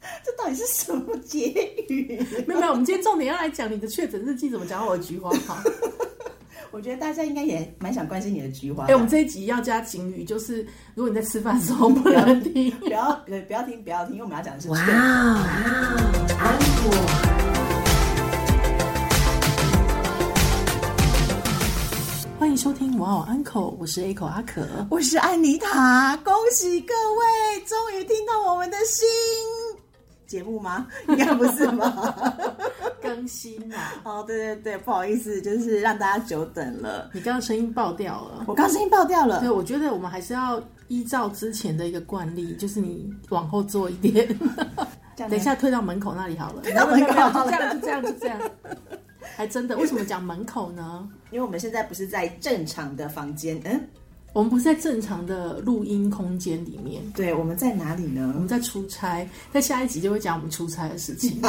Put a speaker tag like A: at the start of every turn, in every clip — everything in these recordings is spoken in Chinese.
A: 到底是什么结语？
B: 没有没有，我们今天重点要来讲你的确诊日记怎么讲到我的菊花好。
A: 我觉得大家应该也蛮想关心你的菊花
B: 哎、
A: 的。
B: 我们这一集要加警语，就是如果你在吃饭的时候不能听。
A: 不要对，不要听，不要听，因为我们要讲的是
C: 哇
A: 确诊
C: 哦！
B: 欢迎收听哇哦安口，我是 A 口阿可。
A: 我是安妮塔，恭喜各位，终于听到我们的新节目吗？ 应该不是吧？
B: 更新啊啦！
A: 哦，对对对，不好意思，就是让大家久等了。
B: 你刚刚声音爆掉了。
A: 我刚声音爆掉了
B: 对，，我觉得我们还是要依照之前的一个惯例，就是你往后坐一点，
A: 这样
B: 等一下退到门口那里好了。
A: 到门口
B: 没有
A: 好了
B: 就这样，就这样，就这样。还真的，为什么讲门口呢？
A: 因为我们现在不是在正常的房间，嗯，
B: 我们不是在正常的录音空间里面，
A: 对，我们在哪里
B: 我
A: 呢？
B: 们在出差，在下一集就会讲我们出差的 事情。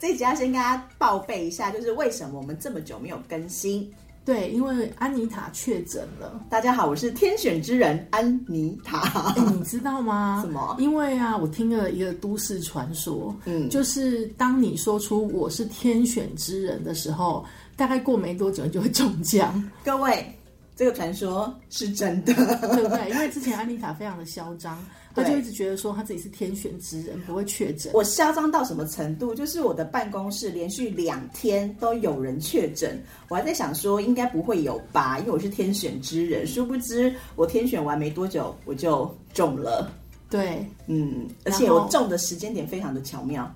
A: 这一集要先跟大家报备一下，就是为什么我们这么久没有更新。
B: 对，因为安妮塔确诊了，
A: 大家好，我是天选之人安妮塔。
B: 哎，你知道
A: 哦
B: 吗？
A: 什么
B: 因为啊，我听了一个都市传说，
A: 嗯
B: 就是当你说出我是天选之人的时候，大概过没多久你就会中奖，
A: 各位，这个传说是真的。
B: 对不对？因为之前安妮塔非常的嚣张，她
A: 对
B: 就一直觉得说她自己是天选之人，不会确诊。
A: 我嚣张到什么程度？就是我的办公室连续两天都有人确诊，我还在想说应该不会有吧，因为我是天选之人。殊不知我天选完没多久我就中了，
B: 对，
A: 嗯，而
B: 然后
A: 且我中的时间点非常的巧妙。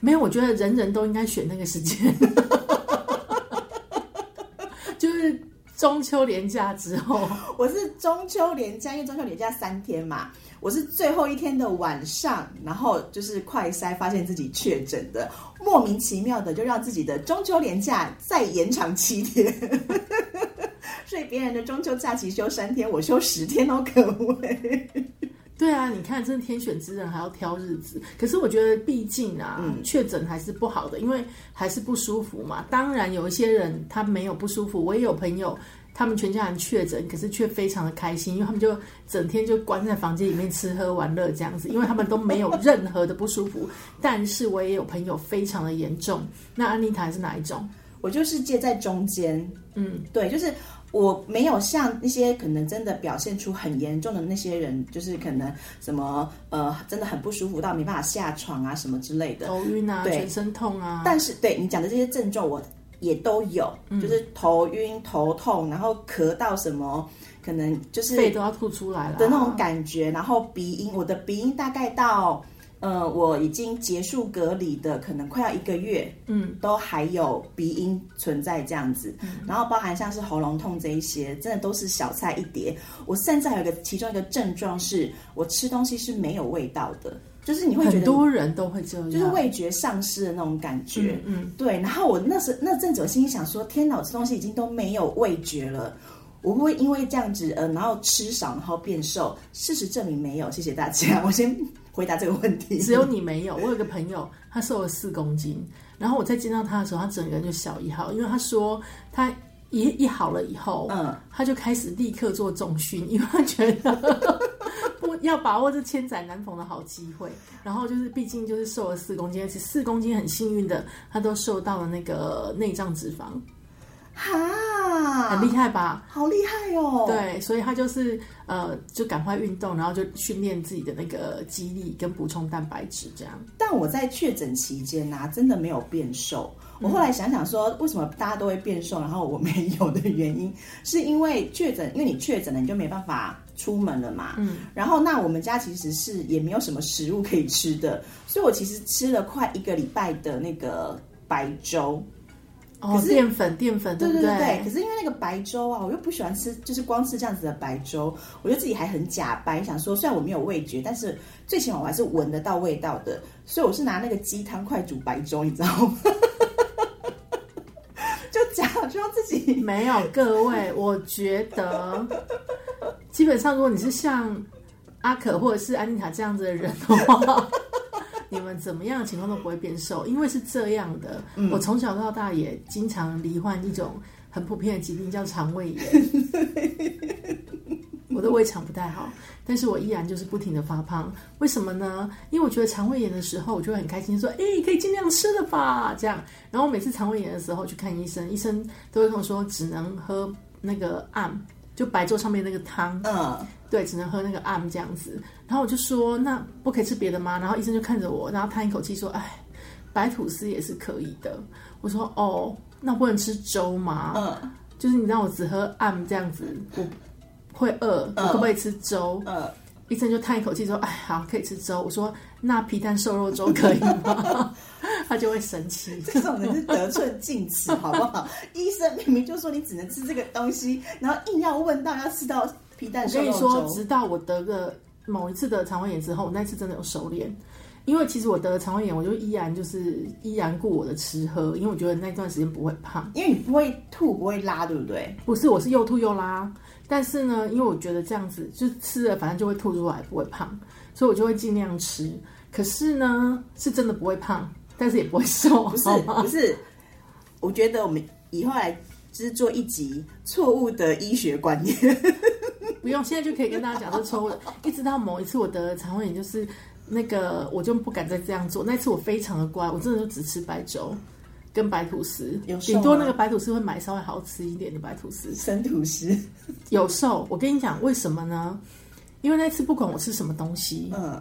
B: 没有，我觉得人人都应该选那个时间， 就是中秋连假之后。
A: 我是中秋连假，因为中秋连假三天嘛，我是最后一天的晚上，然后就是快筛发现自己确诊的，莫名其妙的就让自己的中秋连假再延长七天。 所以别人的中秋假期休三天，我休十天哦，各位。
B: 对啊，你看，真的天选之人还要挑日子。可是我觉得，毕竟啊，确诊还是不好的，因为还是不舒服嘛。当然，有一些人他没有不舒服，我也有朋友，他们全家人确诊，可是却非常的开心，因为他们就整天就关在房间里面吃喝玩乐这样子，因为他们都没有任何的不舒服。但是我也有朋友非常的严重，那安妮塔是哪一种？
A: 我就是介在中间，
B: 嗯，
A: 对，就是我没有像那些可能真的表现出很严重的那些人，就是可能什么呃真的很不舒服到没办法下床啊什么之类的，
B: 头晕啊，
A: 对
B: 全身痛啊，
A: 但是对你讲的这些症状，我也都有，
B: 嗯
A: 就是头晕、头痛，然后咳到什么，可能就是
B: 肺都要吐出来了啊
A: 的那种感觉，然后鼻音，我的鼻音大概到，呃，我已经结束隔离的，可能快要一个月，
B: 嗯，
A: 都还有鼻音存在这样子，然后包含像是喉咙痛这一些，真的都是小菜一碟。我甚至还有一个其中一个症状是，我吃东西是没有味道的，就是你会觉
B: 很
A: 得
B: 多人都会这样，
A: 就是味觉丧失的那种感觉。
B: 嗯
A: 对。然后我那时那阵子，我心里想说：天哪，我吃东西已经都没有味觉了，我会不会因为这样子，呃，然后吃少，然后变瘦？事实证明没有。谢谢大家， 我先回答这个问题。
B: 只有你没有。我有个朋友，他瘦了四公斤，然后我在见到他的时候，他整个人就小一号，因为他说他一一好了以后，
A: 嗯，
B: 他就开始立刻做重训，因为他觉得 不要把握这千载难逢的好机会。然后就是，毕竟就是瘦了四公斤，而且四公斤很幸运的，他都瘦到了那个内脏脂肪，
A: 哈，
B: 很厉害吧？
A: 好厉害哦！，
B: 对，所以他就是呃，就赶快运动，然后就训练自己的那个肌力跟补充蛋白质，这样。
A: 但我在确诊期间呐、真的没有变瘦。我后来想想说，为什么大家都会变瘦，然后我没有的原因，是因为确诊，因为你确诊了，你就没办法出门了嘛。嗯。然后，那我们家其实是也没有什么食物可以吃的，所以我其实吃了快一个礼拜的那个白粥。
B: 哦，淀粉，淀粉，
A: 对
B: 不
A: 对对对。可是因为那个白粥啊，我又不喜欢吃，就是光吃这样子的白粥，我觉得自己还很假白，想说虽然我没有味觉，但是最起码我还是闻得到味道的，所以我是拿那个鸡汤块煮白粥，你知道吗？就假装自己
B: 没有，各位，我觉 得基本上，如果你是像阿可或者是安妮塔这样子的人的 话，你们怎么样的情况都不会变瘦，因为是这样的。我从小到大也经常罹患一种很普遍的疾病，叫肠胃炎。我都的胃肠不太好，但是我依然就是不停的发胖。为什么呢？因为我觉得肠胃炎的时候，我就会很开心，说：“哎、可以尽量吃了吧。”这样。然后每次肠胃炎的时候去看医生，医生都会跟我说，只能喝那个 AM，就白粥上面那个汤。
A: 嗯，
B: 对，只能喝那个 AM 这样子。然后我就说，那不可以吃别的吗？然后医生就看着我，然后叹一口气说：“哎，白吐司也是可以的。”我说：“哦，那不能吃粥吗？”
A: 嗯，
B: 就是你让我只喝 AM 这样子，我会饿，我
A: 嗯
B: 可不可以吃粥？
A: 嗯
B: 医生就叹一口气说：“哎，好，可以吃粥。”我说：“那皮蛋瘦肉粥可以吗？” 他就会生气。
A: 这种人是得寸进尺，好不好？医生明明就说你只能吃这个东西，然后硬要问到要吃到皮蛋
B: 我
A: 瘦
B: 跟你
A: 肉
B: 说，
A: 粥。
B: 直到我得个某一次的肠胃炎之后，我那次真的有收敛。因为其实我得了肠胃炎，我就依然就是依然顾我的吃喝，因为我觉得那段时间不会胖。
A: 因为你不会吐，不会拉，对不对？
B: 不是，我是又吐又拉，但是呢，因为我觉得这样子就吃了，反正就会吐出来，不会胖，所以我就会尽量吃。可是呢，是真的不会胖，但是也不会瘦，哦
A: 不是
B: 好吗
A: 不是，我觉得我们以后来就是做一集错误的医学观念。
B: 不用，现在就可以跟大家讲这错误的。 一直到某一次我得了肠胃炎，就是那个我就不敢再这样做。那次我非常的乖，我真的就只吃白粥跟白吐司
A: 有，瘦
B: 顶多
A: 吗
B: 那个白吐司会买稍微好吃一点的白吐 司。
A: 生吐司，
B: 有瘦，我跟你讲为什么呢？因为那次不管我吃什么东西，
A: 嗯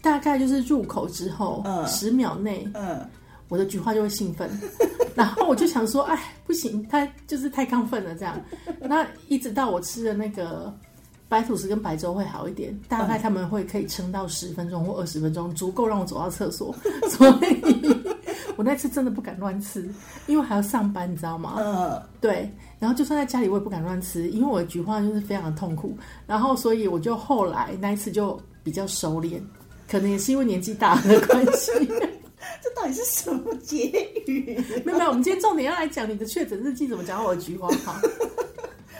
B: 大概就是入口之后
A: 嗯
B: 十、秒内，
A: 嗯，
B: 我的菊花就会兴奋， 然后我就想说，哎，不行，他就是太亢奋了这样。那一直到我吃的那个白吐司跟白粥会好一点，大概他们会可以撑到十分钟或二十分钟，足够让我走到厕所。所以我那次真的不敢乱吃，因为还要上班，你知道吗？
A: 呃，
B: 对，然后就算在家里我也不敢乱吃，因为我的菊花就是非常的痛苦。然后所以我就后来那一次就比较收敛，可能也是因为年纪大的关系。
A: 这到底是什么结 语？
B: 没有没有，我们今天重点要来讲你的确诊日记怎么讲到我的菊花 好，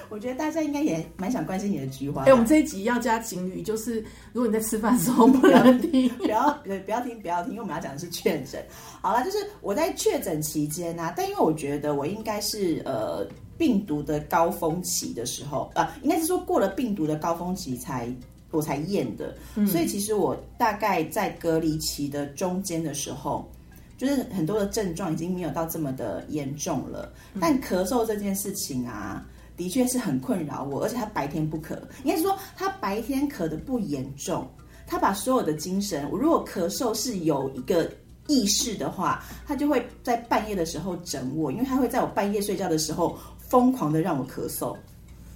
A: 我觉得大家应该也蛮想关心你的菊花
B: 哎、
A: 的。
B: 我们这一集要加警语，就是如果你在吃饭的时候不能听。
A: 不要对，不要听，不要听，因为我们要讲的是确诊。好了，就是我在确诊期间呢、但因为我觉得我应该是呃病毒的高峰期的时候，呃，应该是说过了病毒的高峰期才我才验的，所以其实我大概在隔离期的中间的时候。就是很多的症状已经没有到这么的严重了，但咳嗽这件事情啊，的确是很困扰我，而且他白天不咳，应该是说他白天咳的不严重，他把所有的精神，我如果咳嗽是有一个意识的话，他就会在半夜的时候整我，因为他会在我半夜睡觉的时候疯狂的让我咳嗽，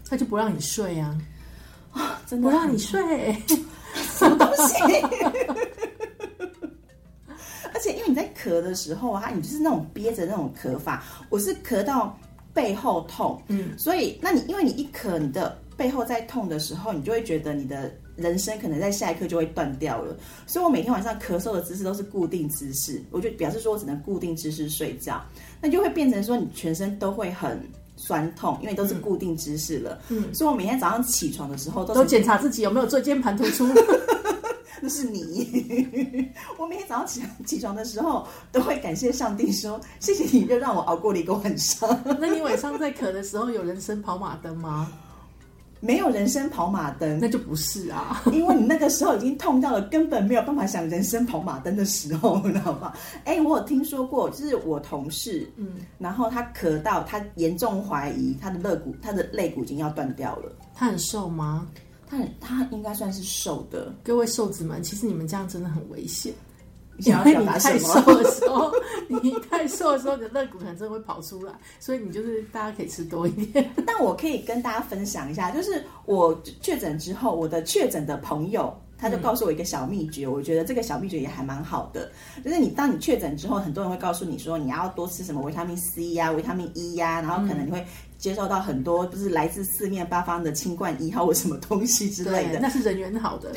B: 他就不让你睡 啊，
A: 真
B: 不
A: 的
B: 让你睡。
A: 什么东西？而且因为你在咳的时候啊，你就是那种憋着那种咳法，我是咳到背后痛，嗯，所以那你因为你一咳，你的背后在痛的时候，你就会觉得你的人生可能在下一刻就会断掉了。所以我每天晚上咳嗽的姿势都是固定姿势，我就表示说我只能固定姿势睡觉，那就会变成说你全身都会很酸痛，因为都是固定姿势了。嗯，所以我每天早上起床的时候都是
B: 都检查自己有没有椎间盘突出，
A: 那是你。 我每天早上起起床的时候，都会感谢上帝说：“谢谢你，又让我熬过了一个晚上。
B: 那你晚上在咳的时候有人生跑马灯吗？”
A: 没有人生跑马 灯，
B: 那就不是啊。
A: 因为你那个时候已经痛到了根本没有办法想人生跑马灯的时候，你知道吗？哎，我有听说过，就是我同事，嗯，然后他咳到他严重怀疑他的肋骨，他的肋骨已经要断掉了。
B: 他很瘦吗？
A: 他很他应该算是瘦的，
B: 各位瘦子们，其实你们这样真的很危险。
A: 你
B: 因
A: 想要
B: 为
A: 表
B: 你
A: 达
B: 太
A: 什
B: 瘦
A: 么？
B: 的时候，你太瘦的时候，你的肋骨可能真的会跑出来，所以你就是大家可以吃多一点。
A: 但我可以跟大家分享一下，就是我确诊之后，我的确诊的朋友。他就告诉我一个小秘诀，我觉得这个小秘诀也还蛮好的，就是你当你确诊之后，很多人会告诉你说你要多吃什么维他命 C 呀、维他命 E 呀、然后可能你会接受到很多就是来自四面八方的新冠一号或什么东西之类的
B: 对，。那是人缘好的。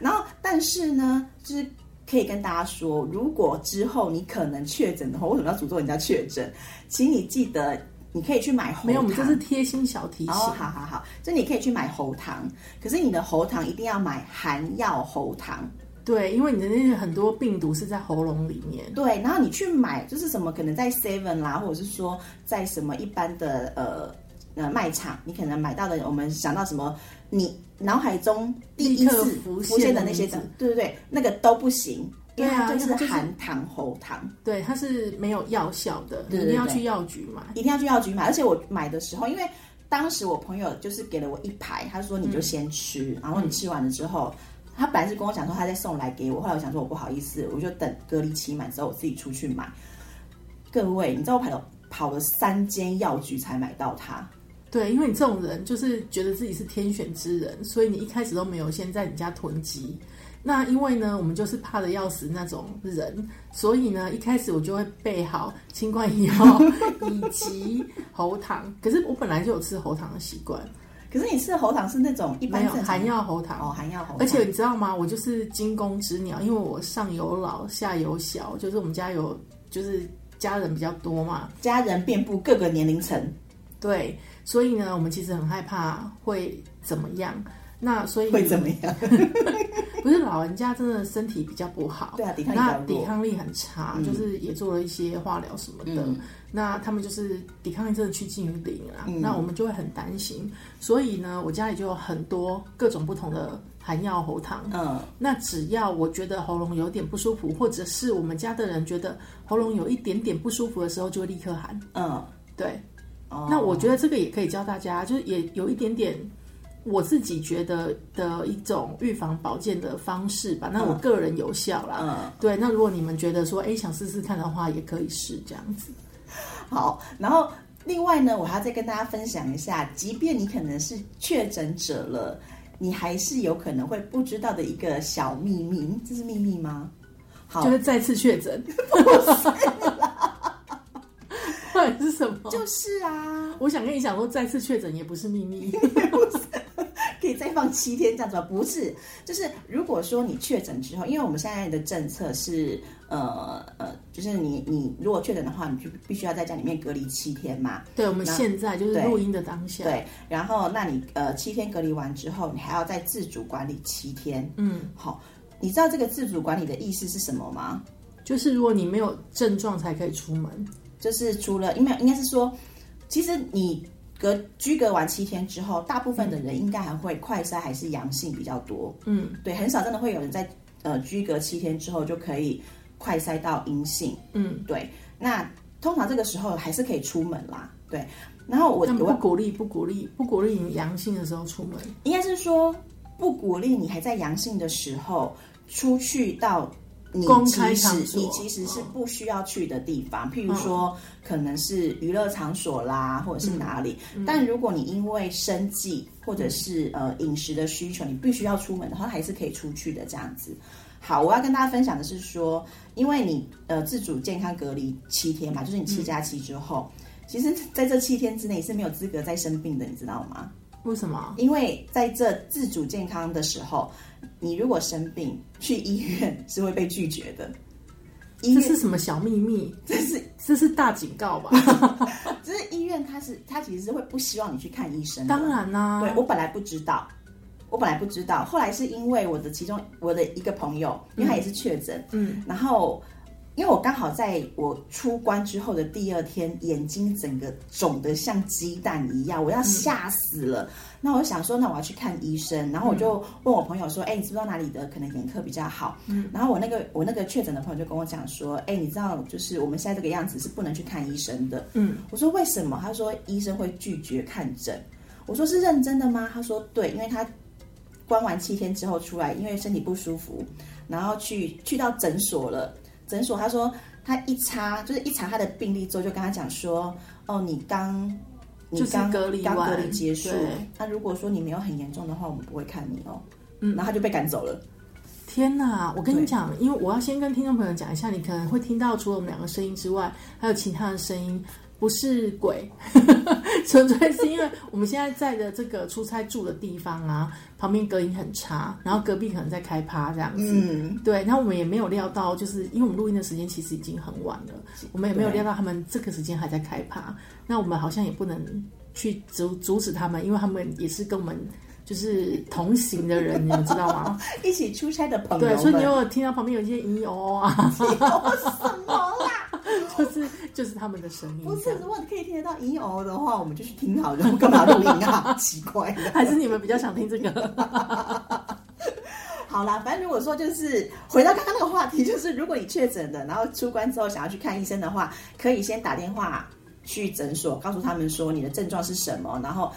A: 然后，但是呢，就是可以跟大家说，如果之后你可能确诊的话，为什么要诅咒人家确诊？请你记得，你可以去买红糖。
B: 没有，我们这是贴心小提
A: 哦，
B: 醒。
A: 好好好，就你可以去买喉糖，可是你的喉糖一定要买含药喉糖。
B: 对，因为你的那些很多病毒是在喉咙里面。
A: 对，然后你去买就是什么，可能在 Seven 啦，或者是说在什么一般的呃。呃卖场，你可能买到的，我们想到什么，你脑海中第
B: 立
A: 一
B: 刻
A: 次
B: 浮
A: 浮
B: 现
A: 现的
B: 的
A: 那
B: 名
A: 些
B: 字
A: 字，对对对，那个都不行，因为
B: 对啊
A: 它
B: 因为
A: 就是
B: 它就是
A: 含糖喉糖。
B: 对，它是没有药效的，
A: 嗯
B: 你
A: 对
B: 一
A: 对
B: 定要
A: 对
B: 去药局买。
A: 一定要去药局买。而且我买的时候，因为当时我朋友就是给了我一排，他说
B: 嗯
A: 你就先吃，然后你吃完了之后。他本来是跟我讲说他再送来给我，后来我想说我不好意思，我就等隔离期满之后我自己出去买。各位，你知道我朋友跑了三间药局才买到它，
B: 对，因为你这种人就是觉得自己是天选之人，所以你一开始都没有先在你家囤积。那因为呢，我们就是怕的要死那种人，所以呢，一开始我就会备好新冠疫苗 以及喉糖。可是我本来就有吃喉糖的习惯，
A: 可是你吃的喉糖是那种一般
B: 哦没有
A: 正常
B: 含药喉糖。
A: 哦，含药喉糖，
B: 而且你知道吗？我就是惊弓之鸟，因为我上有老下有小，就是我们家有就是家人比较多嘛，
A: 家哦人遍布各个年龄层，
B: 对，所以呢，我们其实很害怕会怎么样。那所以
A: 会怎么样？
B: 不是老人家真的身体比较不好，
A: 对啊抵抗力比较
B: 那
A: 弱嗯
B: 抵抗力很差，就是也做了一些化疗什么的。那他们就是抵抗力真的趋近于零啦，
A: 嗯
B: 那我们就会很担心。所以呢，我家里就有很多各种不同的含药喉糖。
A: 嗯，
B: 那只要我觉得喉咙有点不舒服，或者是我们家的人觉得喉咙有一点点不舒服的时候，就会立刻喊。
A: 嗯，
B: 对，
A: 哦
B: 那我觉得这个也可以教大家，就是也有一点点我自己觉得的一种预防保健的方式吧。那我个人有效啦。
A: 嗯
B: 对，那如果你们觉得说，哎，想试试看的话，也可以试这样子。
A: 好，然后另外呢，我还要再跟大家分享一下，即便你可能是确诊者了，你还是有可能会不知道的一个小秘密，这是秘密吗？好
B: 就，是再次确 诊，到底是什么？
A: 就是啊，
B: 我想跟你讲说，再次确诊也不是秘密。
A: 可以再放七天这样子吗？不是，就是如果说你确诊之后，因为我们现在的政策是，呃呃，就是你你如果确诊的话，你就必须要在家里面隔离七天嘛。
B: 对，我们
A: 那
B: 现在就是
A: 对
B: 录音的当下，
A: 对，然后那你呃七天隔离完之后，你还要再自主管理七天。
B: 嗯，
A: 好，你知道这个自主管理的意思是什么吗？
B: 就是如果你没有症状才可以出门。
A: 就是除了因为应该是说，其实你隔居隔完七天之后，大部分的人应该还会快筛还是阳性比较多，
B: 嗯
A: 对，很少真的会有人在呃居隔七天之后就可以快筛到阴性，
B: 嗯，
A: 对，那通常这个时候还是可以出门啦，对。然后我
B: 但不
A: 我
B: 鼓励，不鼓励，不鼓励你阳性的时候出门。
A: 应该是说不鼓励你还在阳性的时候出去到你
B: 公开
A: 其实
B: 场所
A: 你其实是
B: 嗯
A: 不需要去的地方，譬如说可能是娱乐场所啦，或者是哪里。
B: 嗯
A: 但如果你因为生计或者是呃饮食的需求，你必须要出门的话，还是可以出去的这样子。好，我要跟大家分享的是说，因为你呃自主健康隔离七天嘛，就是你七加七之后，
B: 嗯
A: 其实在这七天之内你是没有资格再生病的，你知道吗？
B: 为什么？
A: 因为在这自主健康的时候，你如果生病去医院是会被拒绝的。医
B: 这
A: 院
B: 是什么小秘密？
A: 这是
B: 这是大警告吧？
A: 这是医院，它是它其实是会不希望你去看医生的。
B: 当然啦、
A: 对我本来不知道，我本来不知道，后来是因为我的其中我的一个朋友，因为他也是确诊，
B: 嗯，
A: 然后因为我刚好在我出关之后的第二天，眼睛整个肿得像鸡蛋一
B: 嗯
A: 样，我要吓死了。那我想说，那我要去看医生，
B: 嗯
A: 然后我就问我朋友说，哎、你知不知道哪里的可能眼科比较好？嗯，然后我那个我那个确诊的朋友就跟我讲说，哎、你知道就是我们现在这个样子是不能去看医生的。
B: 嗯，
A: 我说为什么？他说医生会拒绝看诊。我说是认真的吗？他说对，因为他关完七天之后出来，因为身体不舒服，然后去去到诊所了。诊所他说他一查就是一查他的病历之后，就跟他讲说，哦，你刚你
B: 就是
A: 刚
B: 隔离
A: 刚隔
B: 完
A: 离结束
B: 对，
A: 那如果说你没有很严重的话，我们不会看你哦。嗯，然后他就被赶走了。
B: 天哪！我跟你
A: 对
B: 讲，因为我要先跟听众朋友讲一下，你可能会听到除了我们两个声音之外，还有其他的声音，不是鬼， 纯粹是因为我们现在在的这个出差住的地方啊，旁边隔音很差，然后隔壁可能在开趴这样子。
A: 嗯，
B: 对，那我们也没有料到，就是因为我们录音的时间其实已经很晚了，我们也没有料到他们这个时间还在开趴。那我们好像也不能去阻阻止他们，因为他们也是跟我们就是同行的人，你们知道吗？
A: 一起出差的朋友
B: 对，所以你
A: 们
B: 有听到旁边有一些咦哦啊，
A: 有什么啦？
B: 就是就是他们的声音。
A: 不是，如果你可以听得到银偶的话，我们就去听好了，我们干嘛录音啊？ 奇怪了。
B: 还是你们比较想听 这个？
A: 好啦，反正如果说就是回到刚刚那个话题，就是如果你确诊的，然后出关之后想要去看医生的话，可以先打电话去诊所，告诉他们说你的症状是什么，然后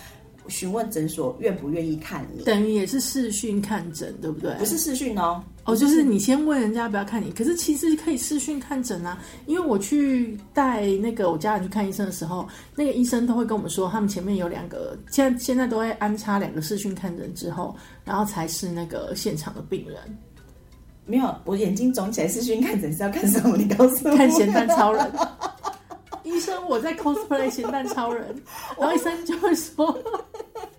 A: 询问诊所愿不愿意看你。
B: 等于也是视讯看诊，对不对？
A: 不是视讯哦，
B: 哦，就是你先问人家不要看你，可是其实可以视讯看诊啊。因为我去带那个我家人去看医生的时候，那个医生都会跟我们说，他们前面有两个，现在现在都会安插两个视讯看诊之后，然后才是那个现场的病人
A: 没有，我眼睛肿起来，视讯看诊是要看什么？你告 诉我。
B: 看咸蛋超人。医生，我在 cosplay 咸蛋 超人，然后医生就会说：“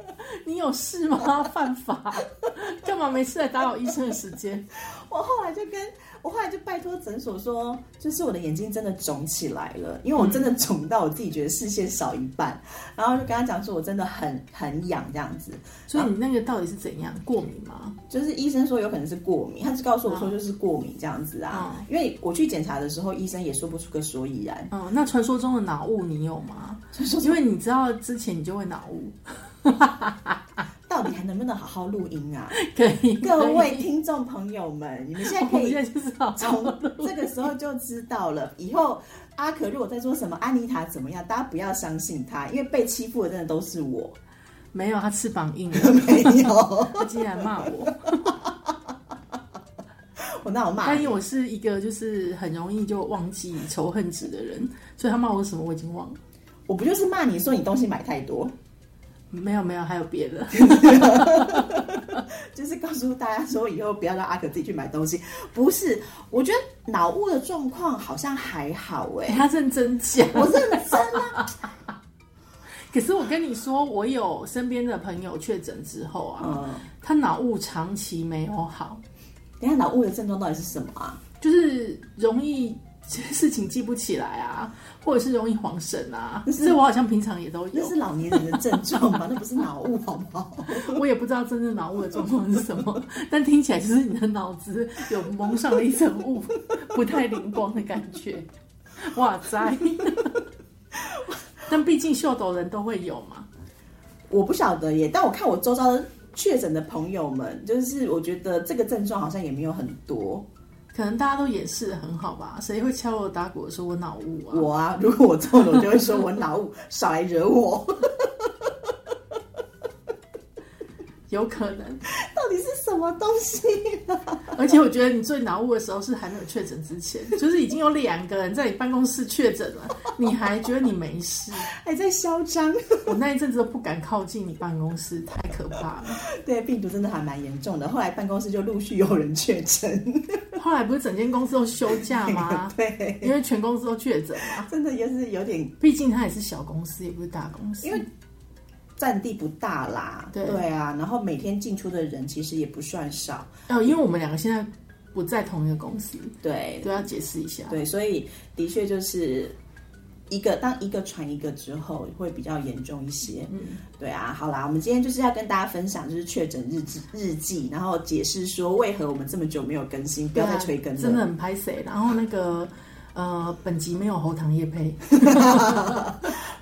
B: 你有事吗？犯法？ 干嘛没事来打扰医生的时间？”
A: 我后来就跟我后来就拜托诊所说，就是我的眼睛真的肿起来了，因为我真的肿到我自己觉得视线少一半，然后就跟他讲说我真的很很痒这样子，
B: 所以你那个到底是怎样过敏吗？
A: 就是医生说有可能是过敏，他只告诉我说
B: 嗯
A: 就是过敏这样子啊，因为我去检查的时候，医生也说不出个所以然，
B: 嗯，那传说中的脑雾你有吗？因为你知道之前你就会脑雾，
A: 到底还能不能好好录音啊？
B: 嗯可以
A: 各位听众朋友们，你们现在
B: 我
A: 可
B: 们
A: 以
B: 现在就是好好
A: 从这个时候就知道了。以后阿可如果在说什么安妮塔怎么样，大家不要相信她，因为被欺负的真的都是我，
B: 没有，他翅膀硬了，
A: 没有，
B: 他竟然骂我。
A: 我那我骂
B: 但
A: 你
B: 因为我是一个就是很容易就忘记仇恨值的人，所以他骂我什么我已经忘了。
A: 我不就是骂你说你东西买太多，
B: 没有没有，还有别的。
A: 就是告诉大家说以后不要让阿可自己去买东西。不是，我觉得脑雾的状况好像还好哎、
B: 哎他认真讲。
A: 我认真 啊，
B: 可是我跟你说，我有身边的朋友确诊之后啊，
A: 嗯，
B: 他脑雾长期没有好，
A: 等一下脑雾的症状到底是什么啊？
B: 就是容易 事情记不起来啊，或者是容易晃神啊。
A: 那是
B: 这我好像平常也都
A: 那
B: 有
A: 是，老年人的症状 吧？那不是脑雾好不好？
B: 我也不知道真正脑雾的状况是什么，但听起来就是你的脑子有蒙上了一层雾，不太灵光的感觉。哇塞！ 但毕竟秀斗人都会有嘛，
A: 我不晓得耶，但我看我周遭的确诊的朋友们，就是我觉得这个症状好像也没有很多。
B: 可能大家都掩饰的很好吧，谁会敲锣打鼓地说我脑雾啊？
A: 我啊， 如果我中了，我就会说我脑雾，少来惹我。
B: 有可能，
A: 到底是什么东西？
B: 而且我觉得你最恼怒的时候是还没有确诊之前，就是已经有两个人在你办公室确诊了，你还觉得你没事。
A: 还在嚣张？
B: 我那一阵子都不敢靠近你办公室，太可怕了。
A: 对，病毒真的还蛮严重的。后来办公室就陆续有人确诊，？
B: 后来不是整间公司都休假吗
A: 对，
B: 因为全公司都确诊嘛。
A: 真的也是有点
B: 毕竟它也是小公司，也不是大公司。
A: 因为占地不大啦。
B: 对
A: 啊，然后每天进出的人其实也不算少。
B: 哦，因为我们两个现在不在同一个公司，
A: 对，
B: 都要解释一下。
A: 对，所以的确就是一个当一个传一个之后，会比较严重一些。
B: 嗯，
A: 对啊，好啦，我们今天就是要跟大家分享就是确诊日记日记，然后解释说为何我们这么久没有更新，不要再催更了。
B: 啊真的很拍谁。然后那个呃，本集没有喉糖叶 配，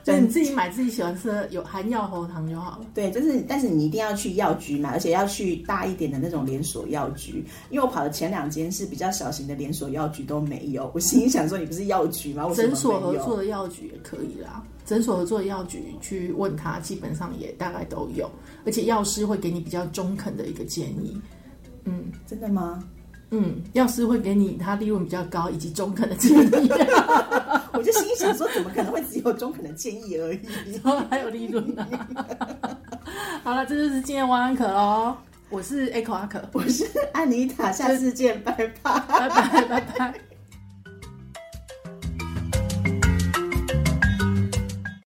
B: 就你自己买自己喜欢吃的有含药喉糖就好了。
A: 对，就是，但是你一定要去药局买，而且要去大一点的那种连锁药局。因为我跑的前两间是比较小型的连锁药局都没有，我心里想说你不是药局吗？我怎么
B: 诊所
A: 没
B: 合
A: 有
B: 作的药局也可以啦，诊所合作的药局去问他，基本上也大概都有，而且药师会给你比较中肯的一个建议。嗯
A: 真的吗？
B: 嗯，药师会给你他利润比较高以及中肯的建议，
A: 我就心里想说，怎么可能会只有中肯的建议而已？
B: 然后还有利润呢、 好了，这就是今天晚安可喽，我是 Echo 阿可，
A: 我是安妮塔，下次见，拜拜。
B: 拜拜拜拜。